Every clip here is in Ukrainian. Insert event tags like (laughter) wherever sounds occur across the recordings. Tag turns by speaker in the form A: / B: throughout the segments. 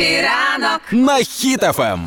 A: ранок.
B: на Хіт-ФМ.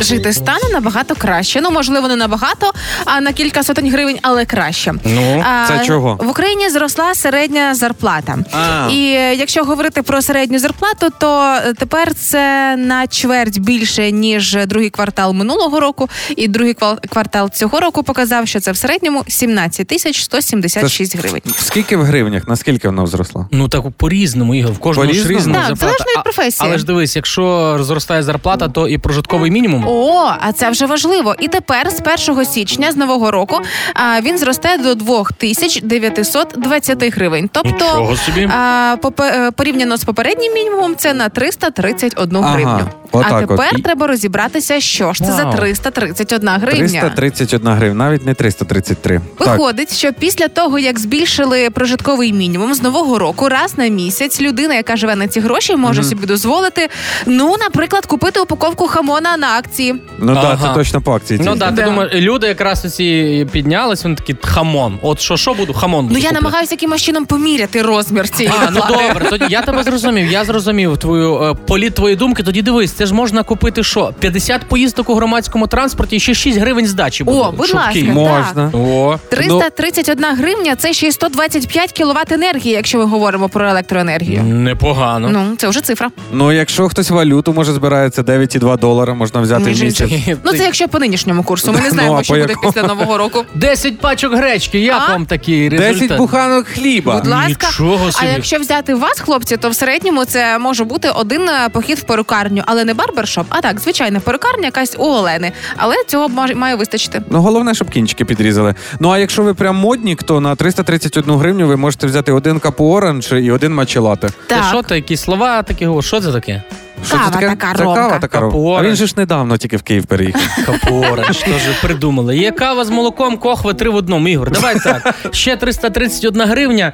C: Жити стане набагато краще. Ну можливо, не набагато, а на кілька сотень гривень, але краще.
D: Ну, це чого?
C: в Україні зросла середня зарплата.
D: А.
C: І е, якщо говорити про середню зарплату, то е, тепер це на чверть більше ніж другий квартал минулого року. І другий квал- квартал цього року показав, що це в середньому 17 тисяч 176 гривень.
D: Скільки в гривнях? Наскільки вона зросла?
E: Ну так по-різному, Ігор, в кожного ж
D: По-різному?
E: різна
C: Так,
E: ну, зарплата.
C: залежно від
E: А-
C: професії.
E: Але ж дивись, якщо зростає зарплата, то і прожитковий мінімум.
C: О, а це вже важливо. І тепер з 1 січня з нового року а, він зросте до 2920 гривень. Тобто
E: Нічого собі.
C: а, попе- е, порівняно з попереднім мінімумом це на 331
D: Ага,
C: гривню. а
D: отак от.
C: тепер
D: І-
C: треба розібратися, що ж це за
E: Вау.
C: 331 гривня.
D: 331 гривня, навіть не 333.
C: Виходить, що після того, як збільшили прожитковий мінімум з нового року, раз на місяць людина, яка живе на ці гроші, може собі дозволити, ну, наприклад, купити упаковку хамона на акції.
D: Так. Ну так,
E: Ага.
D: це точно по акції.
E: Ну
D: тільки.
E: да, ти
C: Да.
E: думаєш, люди якраз оці піднялись, вони такі хамон. От що, що буду? Хамон.
C: Ну
E: буду
C: я
E: купляти.
C: намагаюся якимось чином поміряти розмір цієї
E: А, ну
C: доплати.
E: добре, тоді я тебе зрозумів. Я зрозумів твою е, політ твої думки. Тоді дивись, це ж можна купити що? 50 поїздок у громадському транспорті і ще 6 гривень здачі буде.
C: О, будь
E: Щоб в
C: ласка,
E: Київ.
C: так.
D: Можна.
E: О, ну,
C: 331 гривня це ще й 125 кіловат енергії, якщо ми говоримо про електроенергію.
E: непогано.
C: Ну, це вже цифра.
D: Ну, якщо хтось валюту може збирається 9,2 долара, можна взяти
C: Між
D: в місяць. (laughs)
C: іншим. Ну, це якщо по нинішньому курсу. Ми не
D: Ну,
C: знаємо,
D: а
C: що
D: по
C: буде
D: якому?
C: після нового року.
E: 10 пачок гречки, як
C: А?
E: вам такий
D: 10
E: результат?
D: буханок хліба.
C: Будь ласка,
E: Нічого собі.
C: а якщо взяти вас, хлопці, то в середньому це може бути один е, похід в перукарню, але не барбершоп, а так, звичайна перукарня, якась у Олени. Але цього має- має вистачити.
D: Ну, головне, щоб кінчики підрізали. Ну а якщо ви прям моднік, то на 331 гривню ви можете взяти один капу оранж і один мачелати.
E: Це що ти, якісь слова такі говориш? Що це таке?
C: Кава така
D: Це
C: ромка.
D: кава така
E: Капу
D: ромка. А
E: оранж.
D: він же ж недавно тільки в Київ переїхав. (laughs)
E: Капора, що ж ви придумали? Є кава з молоком, кохва три в одному. Ігор, давай так. Ще 331 гривня,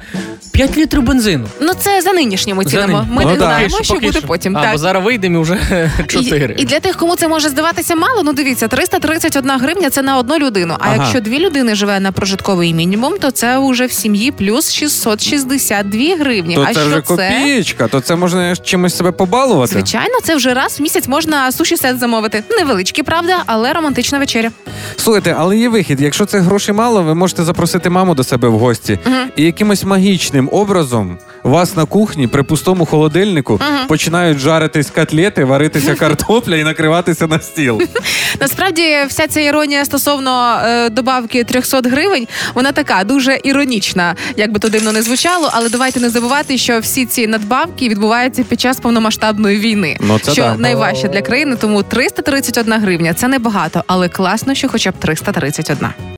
E: 5 літрів бензину.
C: Ну це за нинішніми
E: За
C: цінами.
E: ним.
C: Ми
D: Ну,
C: не
D: да.
C: знаємо,
E: Поки
C: що
E: поки
C: буде потім.
E: А,
C: Так.
E: бо зараз вийдемо і вже (laughs) 4.
C: І, і для тих, кому це може здаватися мало, ну дивіться, 331 гривня це на одну людину. А
D: Ага.
C: якщо дві людини живе на прожитковий мінімум, то це вже в сім'ї плюс 662 гривні.
D: То
C: а
D: це
C: що
D: вже
C: це?
D: копієчка, то це можна чимось себе побалувати.
C: Звичайно, це вже раз в місяць можна суші сет замовити. Невеличкі, правда, але романтична вечеря.
D: Слухайте, але є вихід. Якщо цих грошей мало, ви можете запросити маму до себе в гості і якимось магічним образом вас на кухні при пустому холодильнику починають жаритись котлети, варитися картопля і накриватися на стіл.
C: Насправді, вся ця іронія стосовно е, добавки 300 гривень, вона така дуже іронічна, як би то дивно не звучало. Але давайте не забувати, що всі ці надбавки відбуваються під час повномасштабної війни.
D: Ну, це
C: що
D: да.
C: найважче для країни, тому 331 гривня це небагато, але класно, що хоча б 331.